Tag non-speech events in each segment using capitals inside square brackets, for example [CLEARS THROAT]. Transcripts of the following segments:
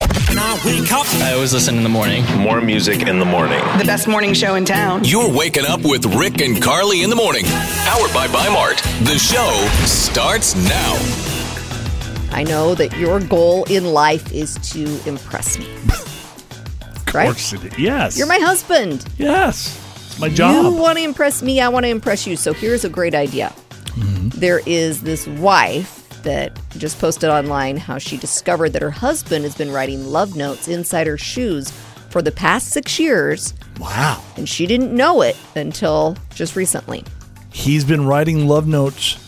when I wake up. I always listen in the morning. More music in the morning. The best morning show in town. You're waking up with Rick and Carly in the morning. Powered by Bimart. The show starts now. I know that your goal in life is to impress me. Of Right? course it is. Yes. You're my husband. Yes. It's my job. You want to impress me, I want to impress you. So here's a great idea. Mm-hmm. There is this wife that just posted online how she discovered that her husband has been writing love notes inside her shoes for the past 6 years wow. and she didn't know it until just recently. He's been writing love notes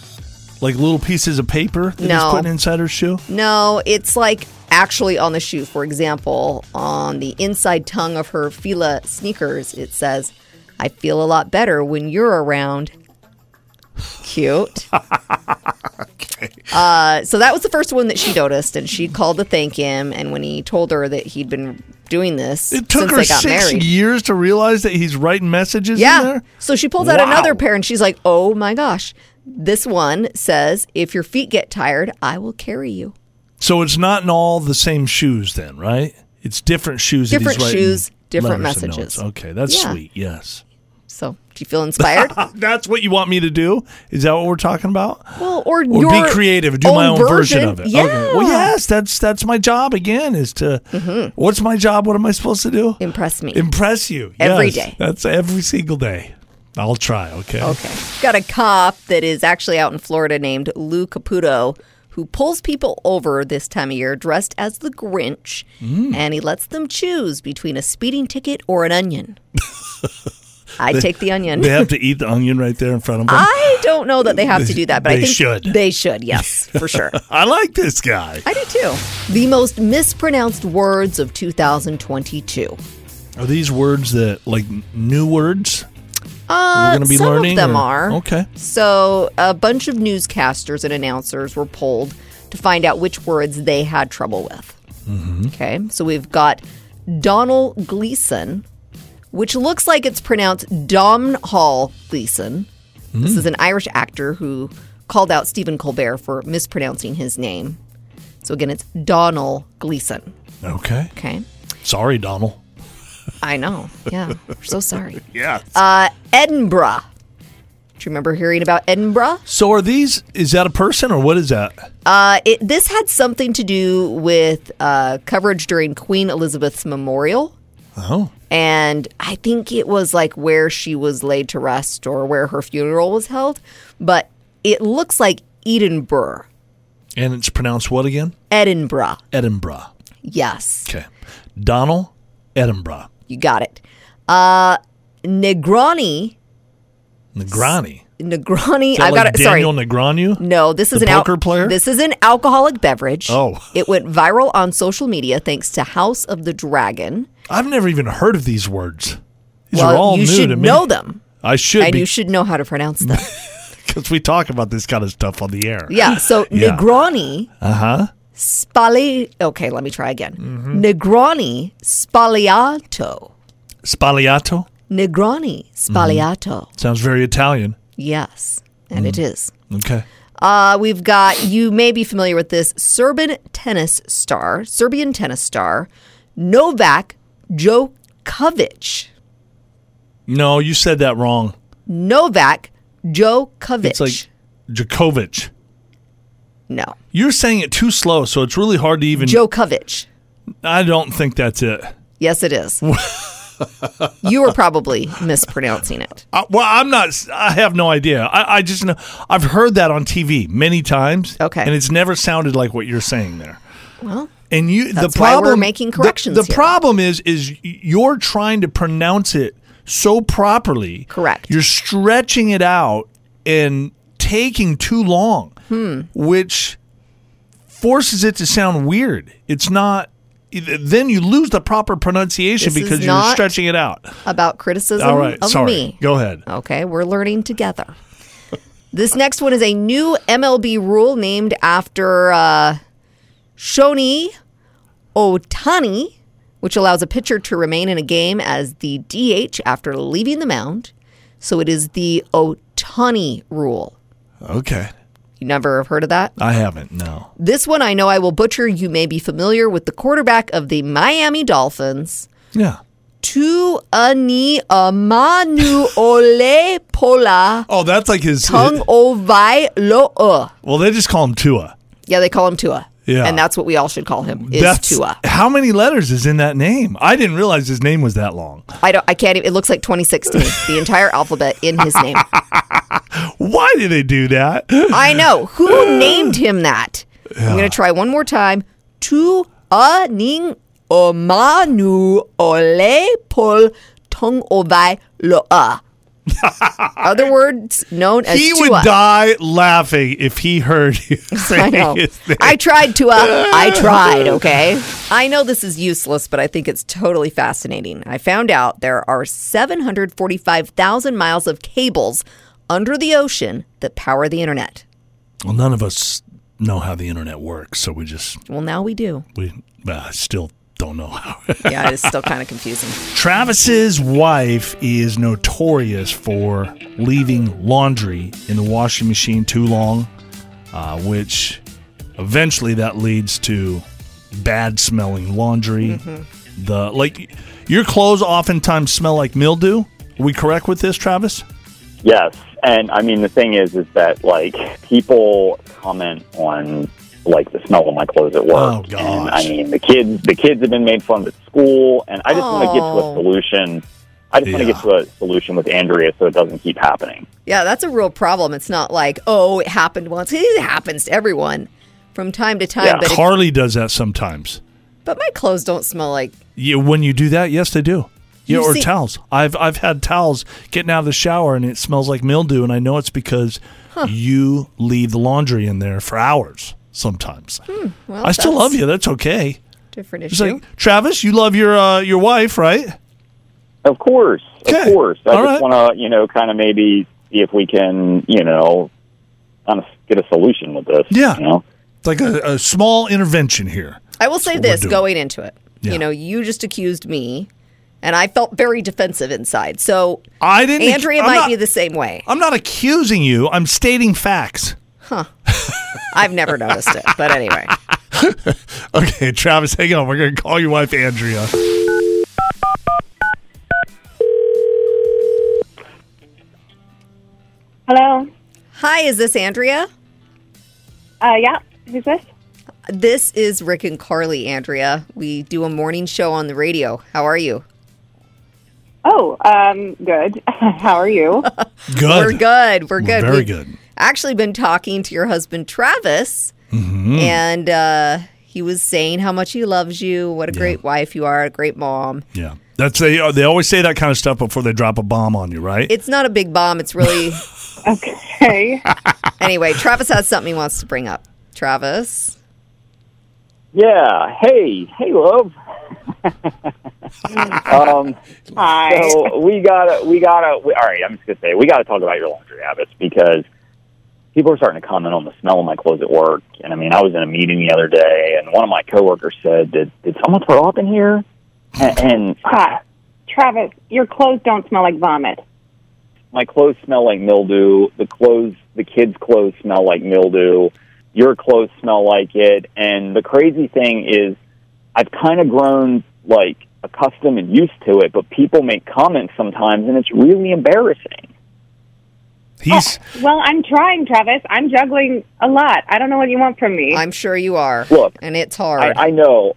like little pieces of paper that No. he's putting inside her shoe. No, it's like actually on the shoe. For example, on the inside tongue of her Fila sneakers, it says, I feel a lot better when you're around. Cute. [LAUGHS] uh, so that was the first one that she noticed, and she called to thank him. And when he told her that he'd been doing this It took since her they got six married. years to realize that he's writing messages in Yeah. there. So she pulls out Wow. another pair and she's like, oh my gosh. This one says, if your feet get tired, I will carry you. So it's not in all the same shoes then, right? It's different shoes. that he's Different writing shoes, different letters and messages. notes. Okay, that's Yeah. sweet. Yes. So do you feel [LAUGHS] inspired? That's what you want me to do? Is that what we're talking about? Well, or, Or your be creative, do my own version, of it. Yeah. Mm-hmm. Well, yes, that's that's my job again is to What's my job? What am I supposed to do? Impress me. Impress you. Every Yes, day. That's every single day. I'll try, okay? okay. Got a cop that is actually out in Florida named Lou Caputo who pulls people over this time of year dressed as the Grinch Mm. and he lets them choose between a speeding ticket or [LAUGHS] an onion. I take the onion. [LAUGHS] They have to eat the onion right there in front of them. I, I don't know that they have to do that, but I They think should. They should, yes, for [LAUGHS] sure. like this guy. I do too. The most mispronounced words of 2022. Are these words that like new words? Uh, We're gonna be some learning, of them or- are. Okay. So a bunch of newscasters and announcers were polled to find out which words they had trouble with. Mm-hmm. Okay. So we've got Donald Gleason, which looks like it's pronounced Dom Hall Gleason. This Hmm. is an Irish actor who called out Stephen Colbert for mispronouncing his name. So again, it's Donald Gleason. Okay. Okay. Sorry, Donald. I know. [LAUGHS] Yeah. We're so sorry. Yeah. Uh, Edinburgh. Do you remember hearing about Edinburgh? so are these is that a person or what is that? Uh, it, this had something to do with uh, coverage during Queen Elizabeth's memorial. Oh. And I think it was like where she was laid to rest or where her funeral was held. But it looks like Edinburgh. And it's pronounced what again? Edinburgh. Edinburgh. Yes, Okay. Donald Edinburgh. you got it. Uh, Negroni. Negrani. Negroni. Is that I've like got it. Daniel sorry. Negreanu? No, this is The an al- poker player? This is an alcoholic beverage. Oh. it went viral on social media thanks to House of the Dragon. I've never even heard of these words. These well, are all new you should to me. know them. I should and be [LAUGHS] you should know how to pronounce them. because we talk about this kind of stuff on the air. yeah. So Yeah. Negroni. Uh huh. Uh-huh. Spali. Okay, let me try again. Mm-hmm. Negroni Spagliato. Spagliato Negroni Spagliato. sounds very Italian. Yes, and it Mm. is. Okay. Uh, we've got, you may be familiar with this, Serbian tennis star, Serbian tennis star, Novak Djokovic. No, you said that wrong. Novak Djokovic. It's like Djokovic. no, You're saying it too slow, so it's really hard to even. Djokovic. I don't think that's it. Yes, [LAUGHS] it is. you were probably mispronouncing it. I, well, I'm not. s- I have no idea. I, I just know. I've heard that on TV many times. Okay. And it's never sounded like what you're saying there. Well, And you, That's the why we're problem, making the- corrections The, here. problem is, is you're trying to pronounce it so properly. Correct. You're stretching it out and taking too long, Hmm. which forces it to sound weird. It's not. Then you lose the proper pronunciation This is because you're not- stretching it out. about criticism All right. of Sorry. me. Go ahead. Okay, we're learning together. [LAUGHS] this next one is a new MLB rule named after uh, Shoni Otani, which allows a pitcher to remain in a game as the DH after leaving the mound. So it is the Otani rule. Okay. You never have heard of that? I haven't. No. This one I know I will butcher. You may be familiar with the quarterback of the Miami Dolphins, Yeah. Tuani Amanu Ole Pola Oh, that's like his. Tung Ovai Loa. well, they just call him Tua. e. Yeah, they call him Tua. Yeah. And that's what we all should call him is That's- Tua. How many letters is in that name? I didn't realize his name was that long. I don't I can't even it looks like 2016, the entire alphabet in his [LAUGHS] name. Why do they do that? I know. Who named him that? I'm going to try one more time. Tu aning omanu ole pol tong ovai [LAUGHS] loa. e. Other words known as he Tua. would die laughing if he heard you [LAUGHS] saying [LAUGHS] I know. his name. I tried Tua. I [LAUGHS] tried, okay? I know this is useless, but I think it's totally fascinating. I found out there are 745,000 miles of cables under the ocean that power the internet. well, none of us know how the internet works, so we just Well, now we do. we well, I still don't know how. yeah, it's still [LAUGHS] kind of confusing. Travis's wife is notorious for leaving laundry in the washing machine too long, uh, which eventually that leads to bad smelling laundry. The like your clothes oftentimes smell like mildew. Are we correct with this, Travis? Yes, and I mean the thing is, is that like people comment on like the smell of my clothes at work. Oh, gosh. And I mean the kids, the kids have been made fun of at school, and I just want to get to Oh. a solution. I just want Yeah. to get to a solution with Andrea so it doesn't keep happening. Yeah, that's a real problem. It's not like, oh, it happened once. [LAUGHS] It happens to everyone from time to time. Yeah. But, it- Carly does that sometimes. but my clothes don't smell like. You, when you do that, yes, they do. Yeah, You or see- towels. I've I've had towels getting out of the shower and it smells like mildew, and I know it's because you leave the laundry in there for hours sometimes. Hmm, Well, I still love that's you. That's okay. a Different It's issue. like Travis, you love your uh, your wife, right? Of course, Okay. of course. I All just right. want to, you know, kind of maybe see if we can, you know, kind of get a solution with this. Yeah. You know? It's like a, a small intervention here. I will say what we're this doing. going into it. Yeah. You know, you just accused me, and I felt very defensive inside. So I didn't. Andrea I'm might not- be the same way. I'm not accusing you. I'm stating facts. [LAUGHS] I've never noticed it, but anyway. Okay, Travis, hang on. We're gonna call your wife Andrea. Hello. Hi, is this Andrea? Uh, yeah. Who's this? This is Rick and Carly, Andrea. We do a morning show on the radio. How are you? Oh, um, good. [LAUGHS] How are you? Good. We're good. We're good. very We've good. Actually, been talking to your husband Travis, Mm-hmm. and uh, he was saying how much he loves you. What a great wife you are. A great mom. Yeah, that's they. uh, They always say that kind of stuff before they drop a bomb on you, right? It's not a big bomb. [LAUGHS] It's really okay. anyway. Travis has something he wants to bring up. Travis, Yeah. Hey. Hey, love. [LAUGHS] um, Hi. So we gotta, we gotta. We, all right, I'm just gonna say we gotta talk about your laundry habits because people are starting to comment on the smell of my clothes at work. And I mean, I was in a meeting the other day, and one of my coworkers said, "Did did someone throw up in here?" And, and [LAUGHS] ah, Travis, your clothes don't smell like vomit. my clothes smell like mildew. The clothes, the kids' clothes smell like mildew. Your clothes smell like it. And the crazy thing is, I've kind of grown like accustomed and used to it. But people make comments sometimes, and it's really embarrassing. He's Well, I'm trying, Travis. I'm juggling a lot. I don't know what you want from me. I'm sure you are. Look, and it's hard. I, I know,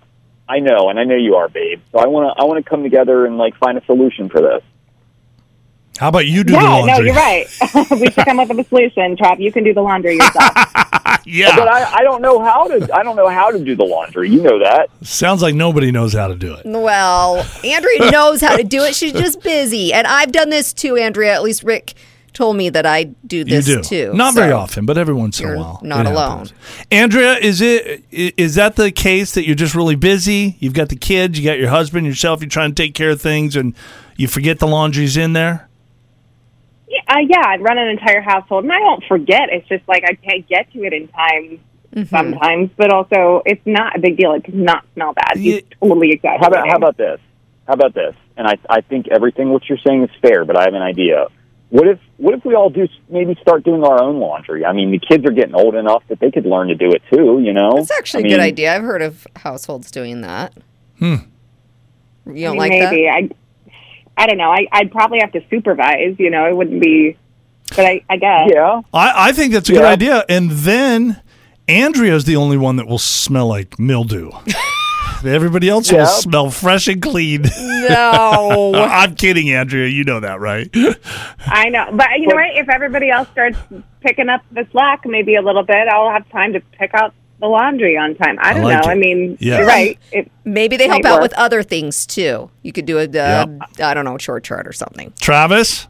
I know, and I know you are, babe. So I want to, I want to come together and like find a solution for this. how about you do the yeah, laundry? no, you're right. [LAUGHS] we should come up with a solution, Trav. You can do the laundry yourself. Ah. But Yeah, I, I don't know how to, I don't know how to do the laundry. You know that. sounds like nobody knows how to do it. Well, [LAUGHS] Andrea knows how to do it. She's just busy. And I've done this too, Andrea. At least Rick told me that I do You this do too. not very So, often, but every once in a you're while. not it alone. happens. Andrea, is it i- is that the case that you're just really busy? You've got the kids, you got your husband, yourself. You're trying to take care of things, and you forget the laundry's in there. yeah, uh, yeah, I run an entire household, and I won't forget. It's just like I can't get to it in time sometimes, but also it's not a big deal. It does not smell bad. Yeah. You totally exaggerating. How about how about this? How about this? And I I think everything what you're saying is fair, but I have an idea. What if what if we all do maybe start doing our own laundry? I mean, the kids are getting old enough that they could learn to do it too. You know, It's actually I a good mean, idea. I've heard of households doing that. Hmm. You don't like maybe that? I, I don't know. I, I'd probably have to supervise. You know, it wouldn't be, but I, I guess. Yeah, I, I think that's a good Yeah. idea. And then Andrea's the only one that will smell like mildew. Everybody else Yeah. will smell fresh and clean. [LAUGHS] [LAUGHS] No. Uh, I'm kidding, Andrea. You know that, right? [LAUGHS] I know, but you know what? If everybody else starts picking up the slack, maybe a little bit, I'll have time to pick out the laundry on time. I don't like know. it. I mean, Yeah. you're right. It, Maybe they help Might out work. with other things too. You could do a, uh, I don't know, short chart or something. Travis?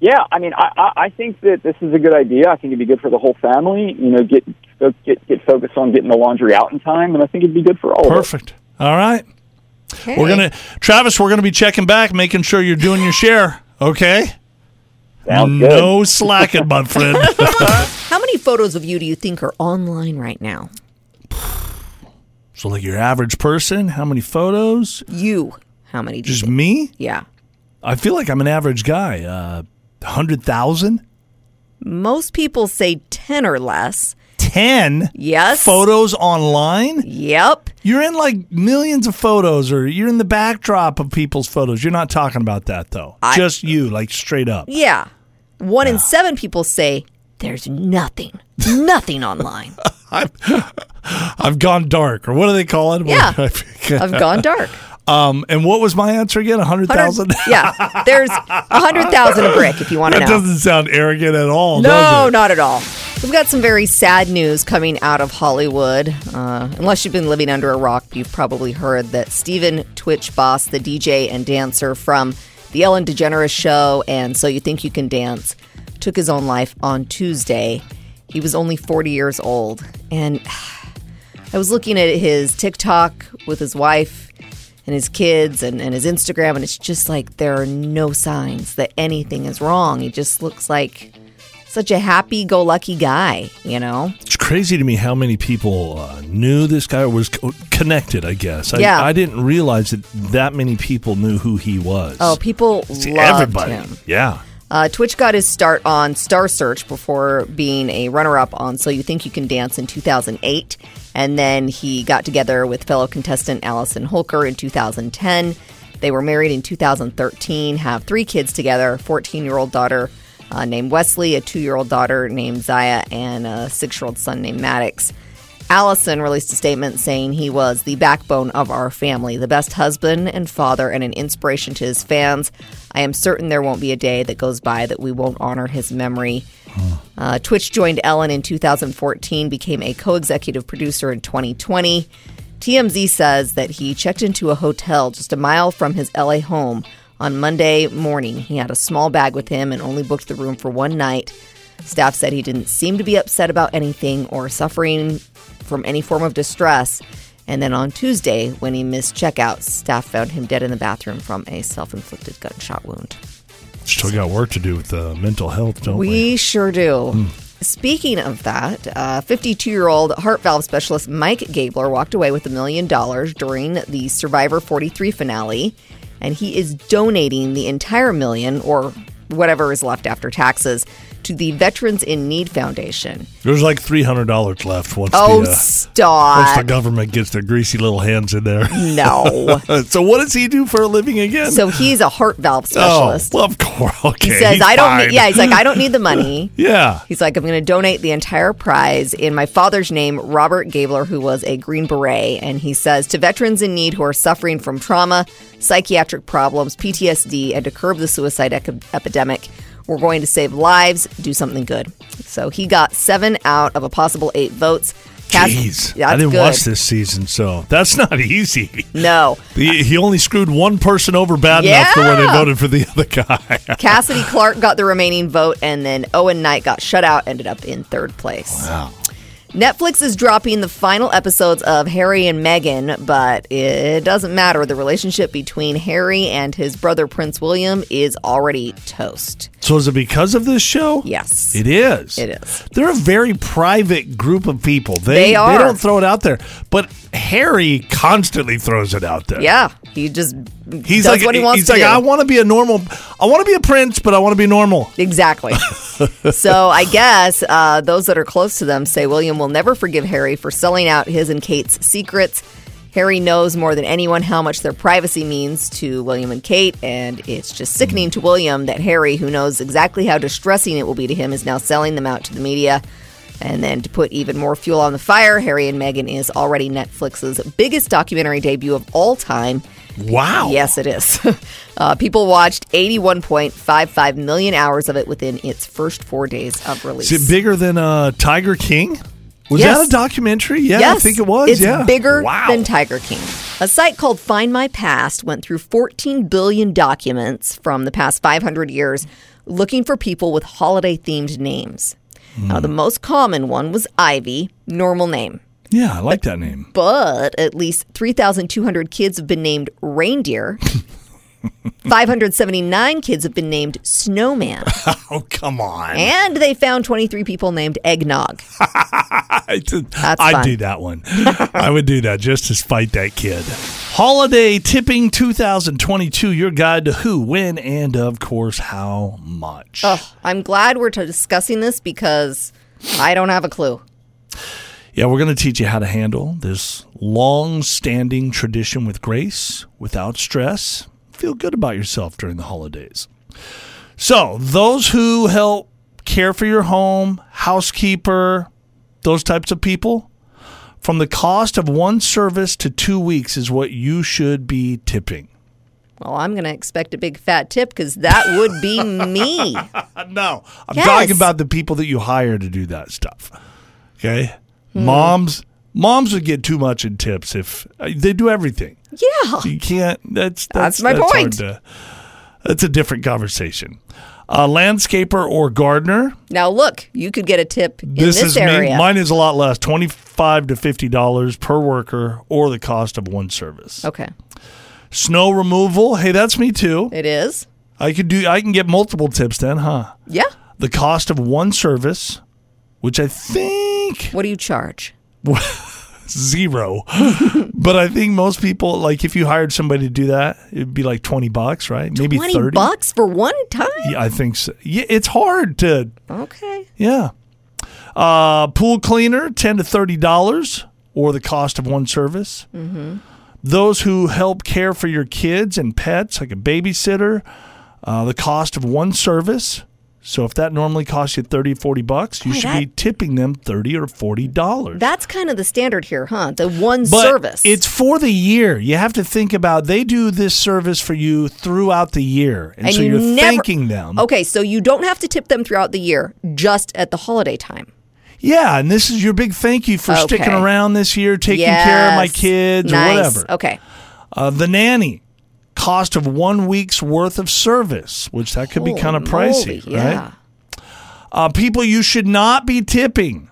yeah. I mean, I, I I think that this is a good idea. I think it'd be good for the whole family. You know, get fo- get get focused on getting the laundry out in time, and I think it'd be good for all of us. Perfect. All right. We're going to, Travis, we're going to be checking back, making sure you're doing your share. Okay? Sounds good. [LAUGHS] no slacking, my friend. How many photos of you do you think are online right now? so, like your average person, how many photos? You. How many? Do you Just think? me? Yeah. I feel like I'm an average guy. Uh, 100,000? Most people say 10 or less. 10 Yes. photos online? Yep. You're in like millions of photos, or you're in the backdrop of people's photos. You're not talking about that though. Just you, like straight up. Yeah. One Ah. in seven people say there's nothing, nothing online. I've gone dark, or what do they call it? Yeah. I've gone dark. [LAUGHS] um, and what was my answer again? A hundred [LAUGHS] 100 thousand. [LAUGHS] yeah. There's 100,000 a brick if you want to That know. doesn't sound arrogant at all. No, does it? not at all. We've got some very sad news coming out of Hollywood. Uh, unless you've been living under a rock, you've probably heard that Steven Twitch Boss, the DJ and dancer from The Ellen DeGeneres Show and So You Think You Can Dance, took his own life on Tuesday. He was only 40 years old. And [SIGHS] I was looking at his TikTok with his wife and his kids and, and his Instagram, and it's just like there are no signs that anything is wrong. He just looks like such a happy go lucky guy, you know? It's crazy to me how many people uh, knew this guy or was co- connected. I guess. I, Yeah. I didn't realize that that many people knew who he was. Oh, people See, loved everybody. him. Yeah. Uh, Twitch got his start on Star Search before being a runner up on So You Think You Can Dance in 2008. And then he got together with fellow contestant Allison Holker in 2010. They were married in 2013, have three kids together a 14 year old daughter uh, named Wesley, a two year old daughter named Zaya, and a six year old son named Maddox. Allison released a statement saying he was the backbone of our family, the best husband and father, and an inspiration to his fans. I am certain there won't be a day that goes by that we won't honor his memory. Uh, Twitch joined Ellen in 2014, became a co executive producer in 2020. TMZ says that he checked into a hotel just a mile from his LA home on Monday morning. He had a small bag with him and only booked the room for one night. Staff said he didn't seem to be upset about anything or suffering from any form of distress. And then on Tuesday, when he missed checkout, staff found him dead in the bathroom from a self inflicted gunshot wound. Still got work to do with uh, mental health, don't we? We sure do. Speaking of that, 52 year old heart valve specialist Mike Gabler walked away with a million dollars during the Survivor 43 finale, and he is donating the entire million or whatever is left after taxes to the Veterans in Need Foundation. There's like three hundred dollars left once Oh, the uh, once the stop. government gets their greasy little hands in there. [LAUGHS] Uh, No. so what does he do for a living again? so he's a heart valve oh, specialist. well, of course. [LAUGHS] Okay, he says, he's I don't fine. need, yeah, he's like, I don't need the money. [LAUGHS] yeah. He's like, I'm going to donate the entire prize in my father's name, Robert Gabler, who was a Green Beret. And he says to veterans in need who are suffering from trauma, psychiatric problems, PTSD, and to curb the suicide ec- epidemic, we're going to save lives, do something good. So he got seven out of a possible eight votes. Cast- Jeez, That's I didn't good. watch this season, so that's [LAUGHS] not easy. No. He, he only screwed one person over bad enough to where they Yeah. voted for the [LAUGHS] other guy. Cassidy Clark got the remaining vote, and then Owen Knight got shut out, ended up in third place. Wow. Netflix is dropping the final episodes of Harry and Meghan, but it doesn't matter. The relationship between Harry and his brother Prince William is already toast. so is it because of this show? Yes. It is. It is. They're a very private group of people. They, They are. don't throw it out there, but Harry constantly throws it out there. Yeah, He just He's does like, what he wants he's to like, do. I want to be a normal. I want to be a prince, but I want to be normal. Exactly. so I guess uh, those that are close to them say William will never forgive Harry for selling out his and Kate's secrets. Harry knows more than anyone how much their privacy means to William and Kate, and it's just sickening to William that Harry, who knows exactly how distressing it will be to him, is now selling them out to the media. And then to put even more fuel on the fire, Harry and Meghan is already Netflix's biggest documentary debut of all time. Wow. Yes, it is. [LAUGHS] uh, people watched 81.55 million hours of it within its first four days of release. Is it bigger than uh, Tiger King? Was Yes. that a documentary? Yeah, yes, I think it was. It's yeah. bigger wow. than Tiger King. A site called Find My Past went through 14 billion documents from the past 500 years looking for people with holiday themed names. Hmm. Now, the most common one was Ivy, normal name. Yeah, I like that name. but at least 3,200 kids have been named [LAUGHS] reindeer. 579 kids have been named [LAUGHS] snowman. [LAUGHS] Oh, come on. And they found 23 people named eggnog. I did, That's I'd fun. do that one. [LAUGHS] I would do that just to spite that kid. Holiday Tipping 2022, your guide to who, when, and of course, how much. I'm glad we're t- discussing this because I don't have a clue. Yeah, we're going to teach you how to handle this long standing tradition with grace, without stress. Feel good about yourself during the holidays. So, those who help care for your home, housekeeper, those types of people, from the cost of one service to two weeks is what you should be tipping. Well, I'm going to expect a big fat tip because that [LAUGHS] would be me. Uh, no, I'm Yes. talking about the people that you hire to do that stuff. Okay? Hmm. Moms. Moms would get too much in tips if uh, they do everything. Yeah. You can't. That's that's, That's my hard point. to- that's a different conversation. A landscaper or gardener. Now, look, you could get a tip in this, is me- area. mine is a lot less, twenty five to fifty dollars per worker, or the cost of one service. okay. Snow removal. Hey, that's me too. It is? I could do. I can get multiple tips then, huh? Yeah. The cost of one service, which I think What do you charge? zero, but I think most people like if you hired somebody to do that, it'd be like twenty bucks, right? Maybe 20 thirty. bucks for one time? Yeah, I think so. Yeah, it's hard to. Okay. Yeah. Uh, pool cleaner, ten to thirty dollars, or the cost of one service. Mm-hmm. Those who help care for your kids and pets, like a babysitter, uh, the cost of one service. So if that normally costs you 30, 40 bucks, you Boy, should be that- tipping them thirty or forty dollars. That's kind of the standard here, huh? The one But service. it's for the year. You have to think about they do this service for you throughout the year, and, so you're never- thanking them. Okay, so you don't have to tip them throughout the year, just at the holiday time. Yeah, and this is your big thank you for sticking Okay. around this year, taking care of my Yes. kids Nice. or whatever. Okay. Uh, the nanny cost of one week's worth of service, which that could be kind of Holy pricey, moly, yeah. right? Uh, people you should not be tipping.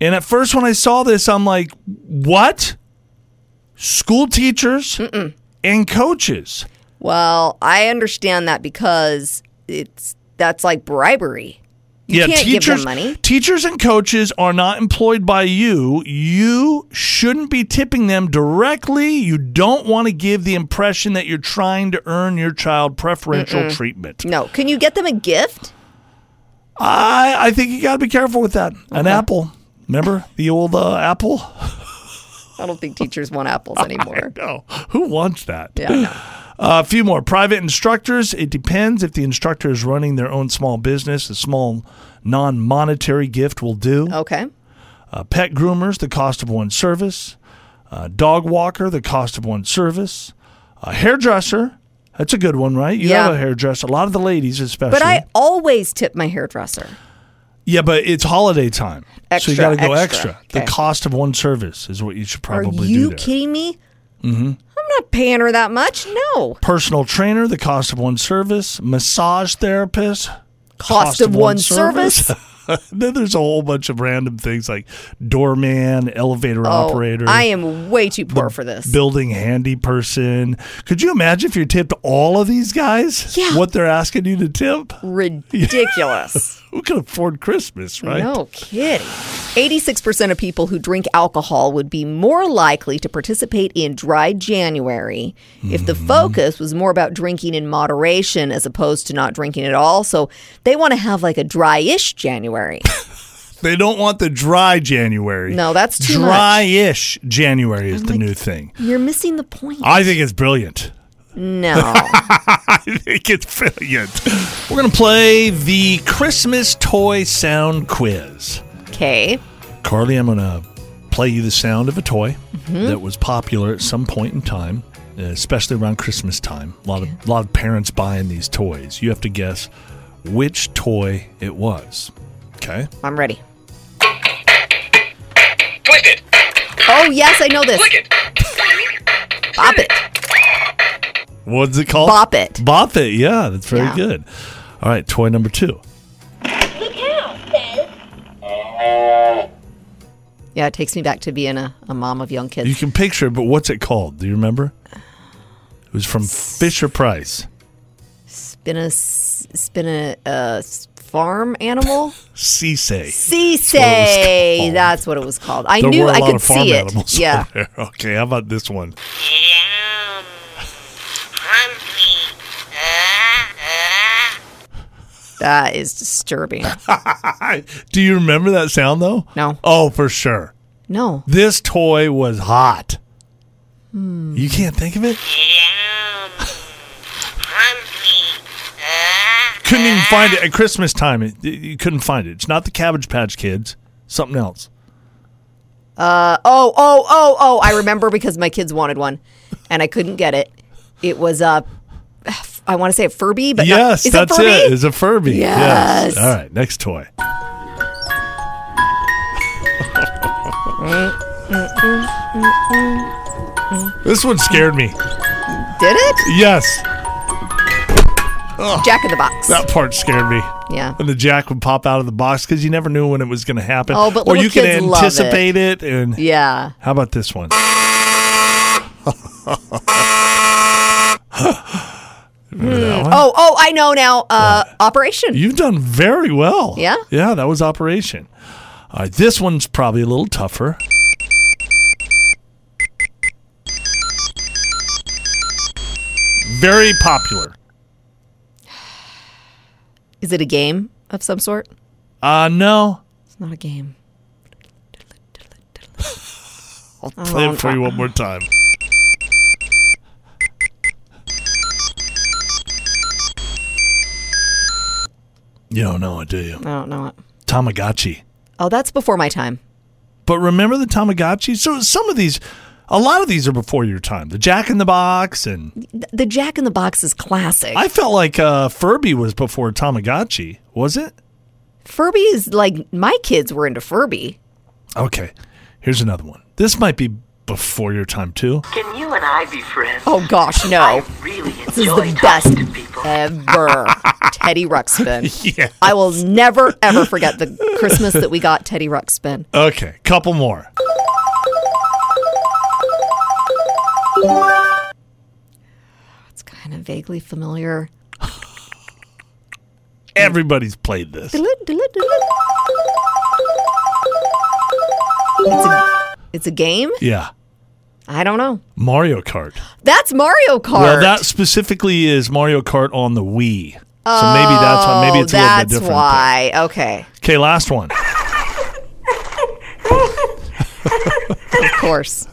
And at first, when I saw this, I'm like, what? School teachers and coaches. Well, I understand that because it's that's like bribery. You can't give them money. Teachers and coaches are not employed by you. You shouldn't be tipping them directly. You don't want to give the impression that you're trying to earn your child preferential treatment. No. Can you get them a gift? I, I think you got to be careful with that. An apple. Remember the old uh, apple? I don't think teachers [LAUGHS] want apples anymore. No. Who wants that? Yeah, no. A few more private instructors. It depends if the instructor is running their own small business. A small non monetary gift will do. Okay. Uh, pet groomers, the cost of one service. Uh, dog walker, the cost of one service. A hairdresser, that's a good one, right? You Yeah. have a hairdresser. A lot of the ladies, especially. But I always tip my hairdresser. yeah, but it's holiday time, so Extra, you got to go extra. extra. The Okay. cost of one service is what you should Are probably do. you there. kidding me? Mm-hmm. I'm not paying her that much. No. Personal trainer, the cost of one service. Massage therapist, Cost of one service? [LAUGHS] then there's a whole bunch of random things like doorman, elevator Oh, operator. I am way too poor for this. building handy person. Could you imagine if you tipped all of these guys? Yeah. What they're asking you to tip? Ridiculous. Who can afford Christmas, [LAUGHS] right? No kidding. 86% of people who drink alcohol would be more likely to participate in dry January if the Hmm. focus was more about drinking in moderation as opposed to not drinking at all. So they want to have like a dry ish [LAUGHS] January. They don't want the dry January. No, that's too much. Dry-ish January is the new thing. You're missing the point. I think it's brilliant. [LAUGHS] no. I think it's brilliant. We're going to play the Christmas toy sound quiz. Okay. Carly, I'm going to play you the sound of a toy Mm-hmm. that was popular at some point in time, especially around Christmas time. A lot of a lot of parents buying these toys. You have to guess which toy it was. Okay? I'm ready. Twist it. Oh, yes, I know this. Flick it. Bop it. What's it called? Bop it. Bop it. Yeah, that's very Yeah. good. All right, toy number 2. The cow says, Yeah, it takes me back to being a, a mom of young kids. You can picture it, but what's it called? Do you remember? It was from Fisher Price. It's been a, s- it's been a, uh, s- farm animal. [LAUGHS] Cisse. Cisse. called. That's what it was called. I There knew were a I lot could of farm see animals. [LAUGHS] it. Yeah. over there. Okay, how about this one? Yum. Humpty. Ah, ah. That is disturbing. Do you remember that sound though? No. Oh, for sure. No. This toy was hot. Hmm. You can't think of it? Yum. Humpty. Ah, Couldn't even find it at Christmas time. It, you couldn't find it. It's not the Cabbage Patch Kids. Something else. Oh, oh, oh, oh. I remember because my kids wanted one and I couldn't get it. It was a, I want to say a Furby, but not- yes, is that's it Furby? it. It's a Furby. Yes. All right, next toy. [LAUGHS] this one scared me. Did it? Yes, Jack in the Box. that part scared me. Yeah. And the jack would pop out of the box because you never knew when it was going to happen. Oh, but or little you could kids love it. anticipate it. And Yeah. how about this one? Remember that one? Oh, oh, I know now. Uh, Operation. You've done very well. Yeah? Yeah, that was Operation. All right, this one's probably a little tougher. Very popular. Is it a game of some sort? Uh, no. It's not a game. I'll Oh, play it for you one more time. You don't know it, do you? I don't know it. Tamagotchi. Oh, that's before my time. But remember the Tamagotchi? So some of these, a lot of these are before your time. The Jack in the Box and Th- The Jack in the Box is classic. I felt like uh, Furby was before Tamagotchi, was it? Furby is like my kids were into Furby. Okay, here's another one. This might be before your time too. Can you and I be friends? Oh gosh, no. I really enjoy This is the talking best to people. [LAUGHS] ever. Teddy Ruxpin. Yeah. I will never ever forget the Christmas that we got Teddy Ruxpin. Okay, couple more. It's kind of vaguely familiar. Everybody's played this. It's a, it's a game? Yeah, I don't know. Mario Kart. That's Mario Kart. Well, that specifically is Mario Kart on the Wii. So maybe that's why. Maybe oh, it's a little bit that's different. why. Okay. Okay, last one. Of course.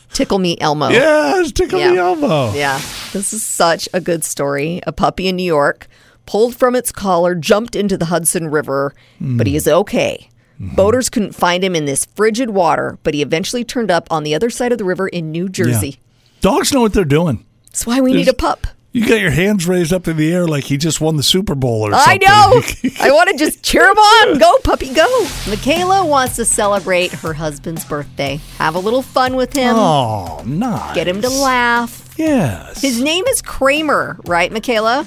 [LAUGHS] Tickle me Elmo. Yes, tickle Yeah. the elbow. Yeah. This is such a good story. A puppy in New York pulled from its collar, jumped into the Hudson River, but he Hmm. is okay. Boaters couldn't find him in this frigid water, but he eventually turned up on the other side of the river in New Jersey. Dogs know what they're doing. That's why we need There's- a pup. You got your hands raised up in the air like he just won the Super Bowl or I something. [LAUGHS] know. I want to just cheer him on. Go, puppy, go. Michaela wants to celebrate her husband's birthday. Have a little fun with him. oh, nice. Get him to laugh. Yes. His name is Kramer, right, Michaela?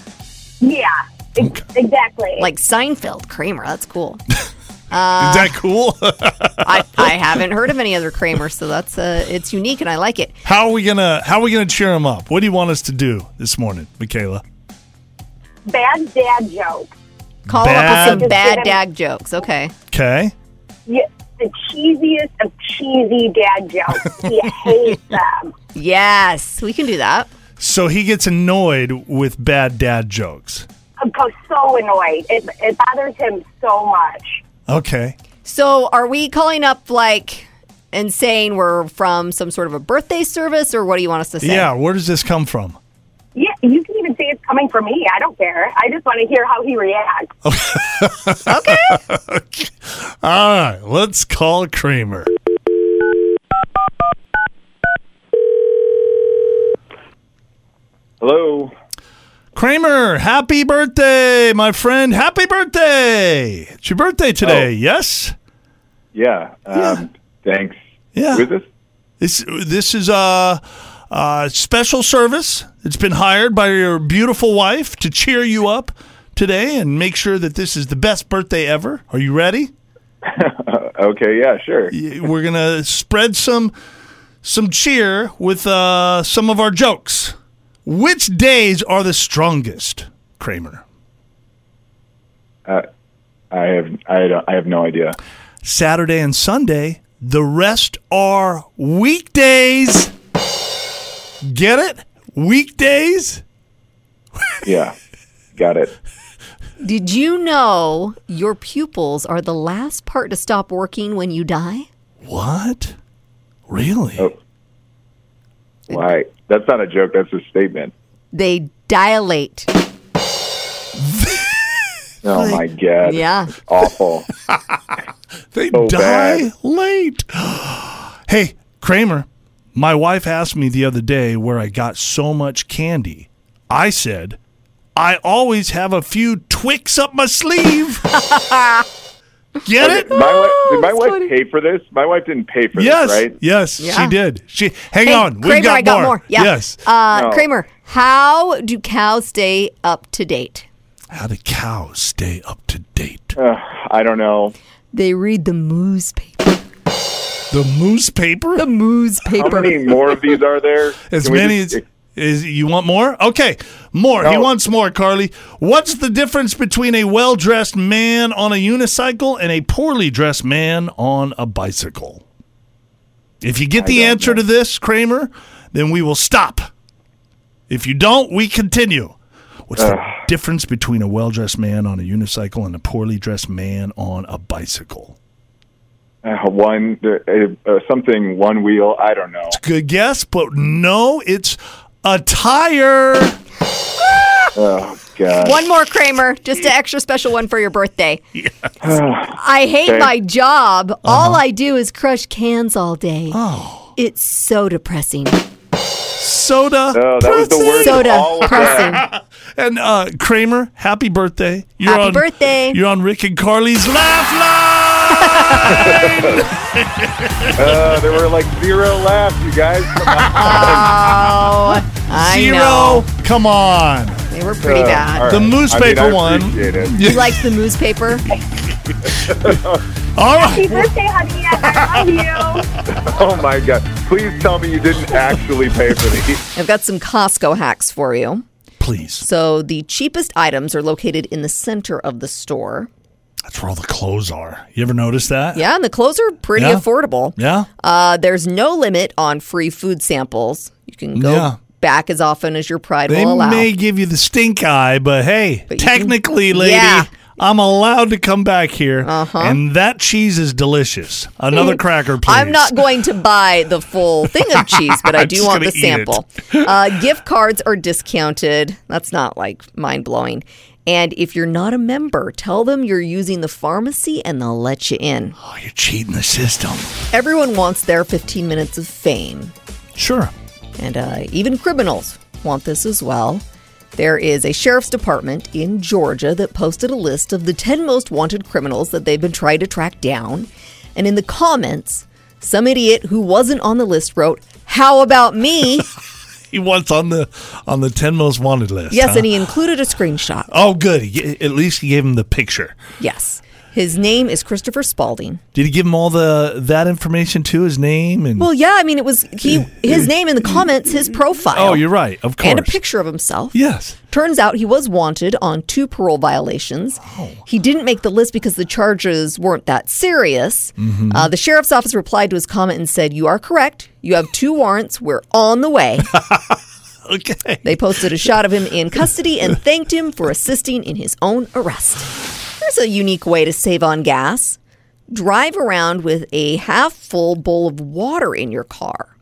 Yeah, ex- exactly. Like Seinfeld Kramer. That's cool. Is that cool? [LAUGHS] I, I haven't heard of any other Kramer, so that's uh, it's unique and I like it. how are we gonna How are we gonna cheer him up? What do you want us to do this morning, Michaela? bad dad joke. Call up with some bad Bad- dag jokes. Okay. Okay. Yeah, the cheesiest of cheesy dad [LAUGHS] jokes. He hates them. Yes, we can do that. So he gets annoyed with bad dad jokes. I'm so annoyed. It, it bothers him so much. Okay. So, are we calling up like and saying we're from some sort of a birthday service, or what do you want us to say? Yeah. Where does this come from? Yeah, you can even say it's coming from me. I don't care. I just want to hear how he reacts. Okay. All right. Let's call Kramer. Hello. Kramer, happy birthday, my friend. Happy birthday. It's your birthday today. Oh. Yes. Yeah. Um, Thanks. Yeah. Who is this? This this is a, a special service. It's been hired by your beautiful wife to cheer you up today and make sure that this is the best birthday ever. Are you ready? Okay. Yeah. Sure. Y- We're gonna spread some some cheer with uh, some of our jokes. Which days are the strongest, Kramer? I have. I don't. I have no idea. Saturday and Sunday. The rest are weekdays. Get it? Weekdays. Yeah. Got it. Did you know your pupils are the last part to stop working when you die? What? Really? Oh. Why? That's not a joke. That's a statement. They dilate. Oh my god. Yeah. [LAUGHS] Awful. [LAUGHS] They So die bad. late. [GASPS] hey, Kramer, my wife asked me the other day where I got so much candy. I said, I always have a few Twix up my [LAUGHS] sleeve. Get it? My wife, Oh, did my wife pay for this? My wife didn't pay for Yes, this, right? yes, Yeah. she did. She hang Hey, on, Kramer, we've got I got more. more. Yeah. Yes, Uh, No. Kramer, how do cows stay up to date? how do cows stay up to date? Uh. I don't know. They read the newspaper. the moose paper. The How newspaper. many more of these are there? [LAUGHS] As Can we many just- as is you want more? Okay, more. He No. wants more, Carly. What's the difference between a well-dressed man on a unicycle and a poorly dressed man on a bicycle? If you get the don't answer know. to this, Kramer, then we will stop. If you don't, we continue. What's the difference between a well-dressed man on a unicycle and a poorly dressed man on a bicycle? uh, one uh, uh, something one wheel. I don't know. Good guess, but no, it's a tire. Oh god. One more, Kramer, just an extra special one for your birthday. I hate Okay. Uh-huh. my job. All I do is crush cans all day. Oh. It's so depressing. soda. Oh, that was the pressing. worst. Soda all of pressing. [LAUGHS] And uh, Kramer, happy birthday! You're Happy on, birthday. You're on Rick and Carly's Laugh Line. Uh, there were like zero laughs, you guys. Come on. Oh, [LAUGHS] I Zero. know. Come on. They were pretty Uh, bad. all right. The moose I mean, paper I one. appreciate it. You like the newspaper? [LAUGHS] All right. [LAUGHS] Happy birthday, honey. E I love you. Oh my god! Please tell me you didn't actually pay for these. I've got some Costco hacks for you. Please. So the cheapest items are located in the center of the store. That's where all the clothes are. You ever notice that? Yeah, and the clothes are pretty Yeah. affordable. Yeah. Uh, there's no limit on free food samples. You can go Yeah. back as often as your pride They will allow. may give you the stink eye, but hey, But you can- technically, lady, Yeah. Uh-huh. I'm allowed to come back here, and that cheese is delicious. Another cracker, please. I'm not going to buy the [LAUGHS] full thing of cheese, but I I'm do just want the gonna eat it. sample. Uh, gift cards are discounted. That's not like mind blowing. And if you're not a member, tell them you're using the pharmacy and they'll let you in. Oh, you're cheating the system. Everyone wants their 15 minutes of fame. Sure. And uh, even criminals want this as well. There is a sheriff's department in Georgia that posted a list of the 10 most wanted criminals that they've been trying to track down. And in the comments, some idiot who wasn't on the list wrote, How [LAUGHS] about me? He wants on the on the ten most wanted list. yes, huh? and he included a screenshot. Oh, good. He- At least he gave him the picture. Yes. His name is Christopher Spalding. Did he give him all the that information too? His name and Well, yeah, I mean, it was he [CLEARS THROAT] his name in the comments, his profile. oh, you're right. Of course. And a picture of himself. Yes. Turns out he was wanted on two parole violations. He didn't make the list because the charges weren't that serious. Uh, the sheriff's office replied to his comment and said, You are correct. You have two warrants. We're on the way. Okay. They posted a shot of him in custody and thanked him for assisting in his own arrest. There's a unique way to save on gas. Drive around with a half full bowl of water in your car.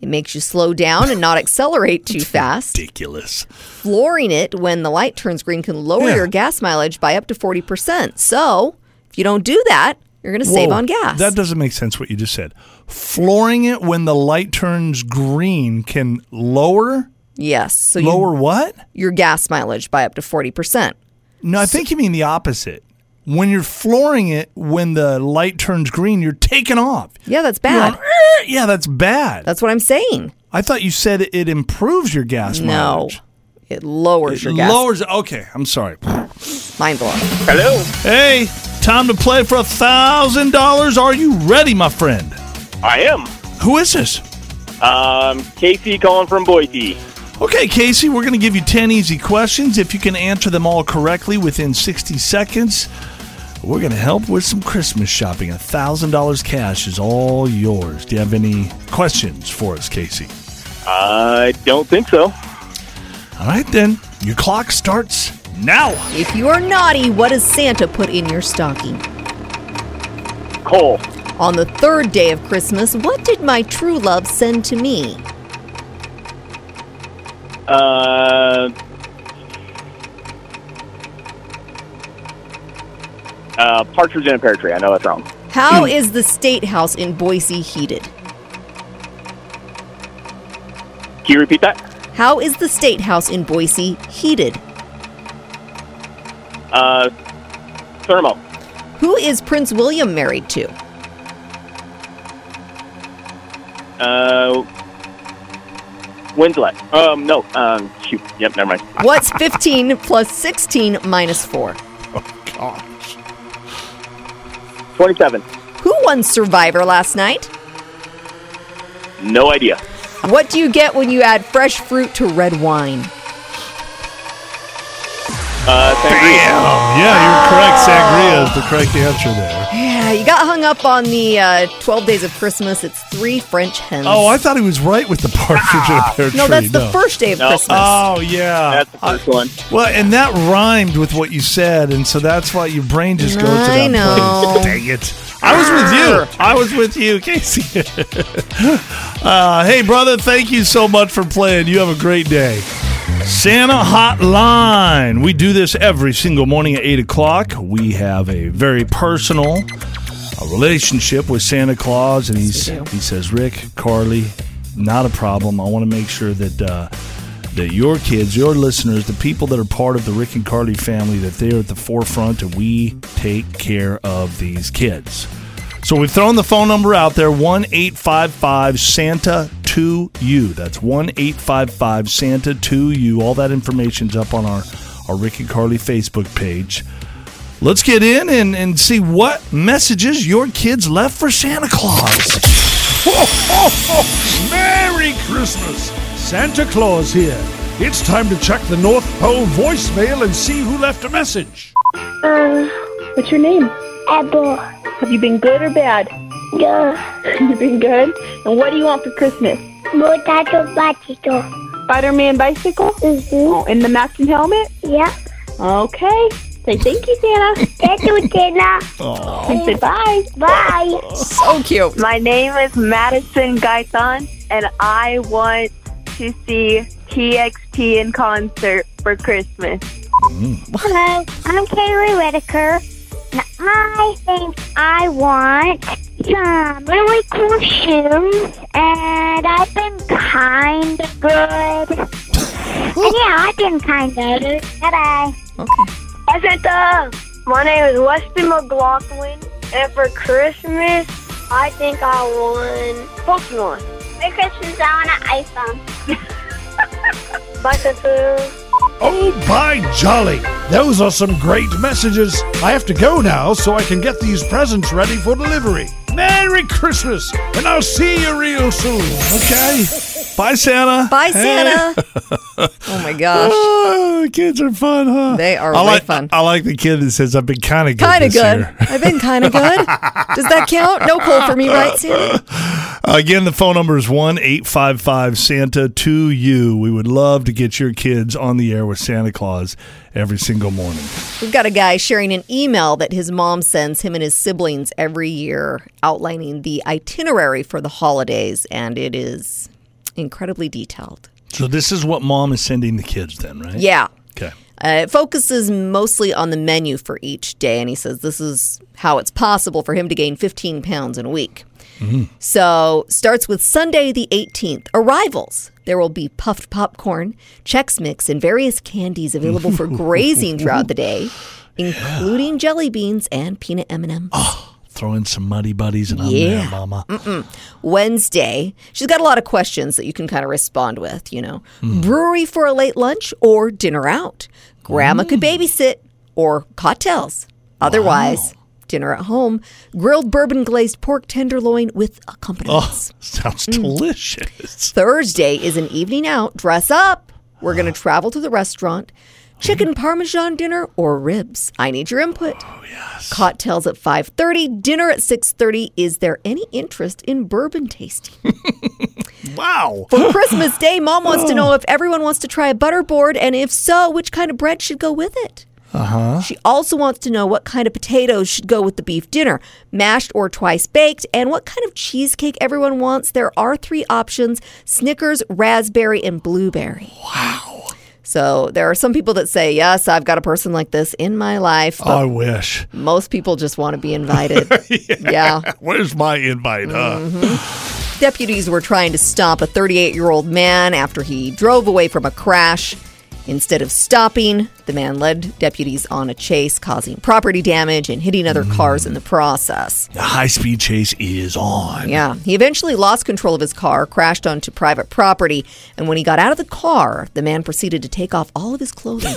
It makes you slow down and not accelerate too [LAUGHS] fast. Ridiculous. Flooring it when the light turns green can lower Yeah. your gas mileage by up to 40%. So, if you don't do that, you're going to save Whoa, on gas. That doesn't make sense what you just said. Flooring it when the light turns green can lower yes. So, you, lower what? your gas mileage by up to 40%. No, I think you mean the opposite. When you're flooring it when the light turns green, you're taking off. Yeah, that's You're bad. on- yeah, that's bad. That's what I'm saying. I thought you said it improves your gas No. mileage. It lowers your gas. Lowers. Okay, I'm sorry. Mind blowing. Hello. Hey, time to play for a thousand dollars. Are you ready, my friend? I am. Who is this? Um, Casey calling from Boise. Okay, Casey, we're going to give you 10 easy questions. If you can answer them all correctly within 60 seconds, we're going to help with some Christmas shopping. $1,000 cash is all yours. Do you have any questions for us, Casey? I don't think so. All right, then. Your clock starts now. If you are naughty, what does Santa put in your stocking? Cole, On the third day of Christmas, what did my true love send to me? uh, uh, partridge in a pear tree. I know that's wrong. How Mm. is the state house in Boise heated? Can you repeat that? How is the state house in Boise heated? Uh, thermo. Who is Prince William married to? Uh, Winslet. Um, no. Um, shoot. Yep. Never mind. [LAUGHS] What's 15 plus 16 minus 4? Twenty-seven. Who won Survivor last night? No idea. What do you get when you add fresh fruit to red wine? Uh, sangria. Yeah, you're correct. Sangria is the correct answer there. Yeah, you got hung up on the uh, 12 days of Christmas. It's three French hens. Oh, I thought he was right with the partridge in a pear tree. No, that's the first day of No. Christmas. Oh, yeah. That's the first one. Well, and that rhymed with what you said, and so that's why your brain just goes to that I know. place. Dang it! I was with you. I was with you, Casey. [LAUGHS] uh, hey, brother, thank you so much for playing. You have a great day. Santa Hotline. We do this every single morning at 8 o'clock. We have a very personal uh, relationship with Santa Claus, and he's, we do. he says, Rick, Carly, not a problem. I want to make sure that. Uh, that your kids, your listeners, the people that are part of the Rick and Carly family, that they are at the forefront and we take care of these kids. So we've thrown the phone number out there 1 855 Santa to you. That's 1 855 Santa to you. All that information's up on our, our Rick and Carly Facebook page. Let's get in and, and see what messages your kids left for Santa Claus. Merry Christmas! Santa Claus here. It's time to check the North Pole voicemail and see who left a message. Uh, What's your name? apple. Have you been good or bad? [LAUGHS] Yeah. You've been good. And what do you want for Christmas? Potato, potato. Spider-Man bicycle Mm-hmm. and the Maxim helmet. Yeah. Okay. Say thank you, Santa. Potato, Tina. and say bye. Bye. so cute. My name is Madison Gaetan, and I want to see TXT in concert for Christmas. Hello, I'm Kaylee Whitaker, and I think I want some really cool shoes, and I've been kind of good. and yeah, I've been kind of. Bye-bye. Hi, Santa. uh, My name is Weston McLaughlin, and for Christmas, I think I want Pokemon. For Christmas, I want an iPhone. Bye, Santa. Oh, by jolly! Those are some great messages. I have to go now so I can get these presents ready for delivery. Merry Christmas, and I'll see you real soon, okay? Bye, Santa. Bye, Santa. oh my gosh. Oh, kids are fun, huh? They are I way like, fun. I like the kid that says, I've been kind of good. Kind of this good. year." I've been kind of good. Does that count? No cold for me, right, Santa? Uh, Again, the phone number is 1 855 Santa to you. We would love to get your kids on the air with Santa Claus every single morning. We've got a guy sharing an email that his mom sends him and his siblings every year outlining the itinerary for the holidays, and it is incredibly detailed. So, this is what mom is sending the kids then, right? Yeah. Okay. Uh, it focuses mostly on the menu for each day, and he says this is how it's possible for him to gain 15 pounds in a week. So starts with Sunday the 18th. Arrivals. There will be puffed popcorn, Chex Mix, and various candies available for grazing throughout the day, including jelly beans and peanut M&M. Throw in some muddy buddies and I'm Yeah. there, mama. Wednesday. She's got a lot of questions that you can kind of respond with, you know. Brewery for a late lunch or dinner out. Grandma could babysit or cocktails. Otherwise, dinner at home. Grilled bourbon glazed pork tenderloin with accompaniments. Oh, Sounds Mm. delicious. Thursday is an evening out. Dress up. We're going to travel to the restaurant. Chicken parmesan dinner or ribs. I need your input. Hmm. Oh, yes. Cocktails at 5:30, dinner at 6:30. Is there any interest in bourbon tasting? Wow. For [LAUGHS] Christmas Day, mom wants to [GASPS] know if everyone wants to try a butterboard, and if so, which kind of bread should go with it. Uh-huh. She also wants to know what kind of potatoes should go with the beef dinner, mashed or twice baked, and what kind of cheesecake everyone wants. There are three options: Snickers, raspberry, and blueberry. Wow. So there are some people that say, "Yes, I've got a person like this in my life," but I wish. most people just want to [LAUGHS] be invited. Oh. yeah. Where's my invite, Mm. huh? Deputies were trying to stop a 38 year old man after he drove away from a crash. Instead of stopping, the man led deputies on a chase, causing property damage and hitting other cars in the process. The high speed chase is on. Yeah, he eventually lost control of his car, crashed onto private property, and when he got out of the car, the man proceeded to take off all of [LAUGHS] his clothing.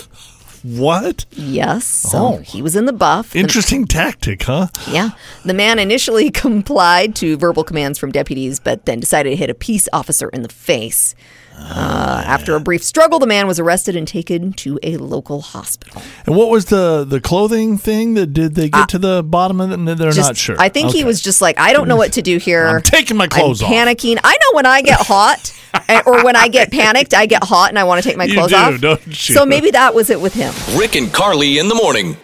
What? yes, so Oh. he was in the buff. The Interesting tactic, huh? Yeah. The man initially [LAUGHS] complied to verbal commands from deputies, but then decided to hit a peace officer in the face. Oh, Uh, after a brief struggle, the man was arrested and taken to a local hospital. And what was the the clothing thing that did they get to the bottom of it? No, They're Uh, Just- not sure. I think he Okay. was just like, I don't know what to do here. I'm taking my I'm clothes off." Panicking. I know when I get hot, and- or when I get [LAUGHS] panicked, I get hot and I want to take my You clothes do, off. don't you? So maybe that was it with him. Rick and Carly in the morning.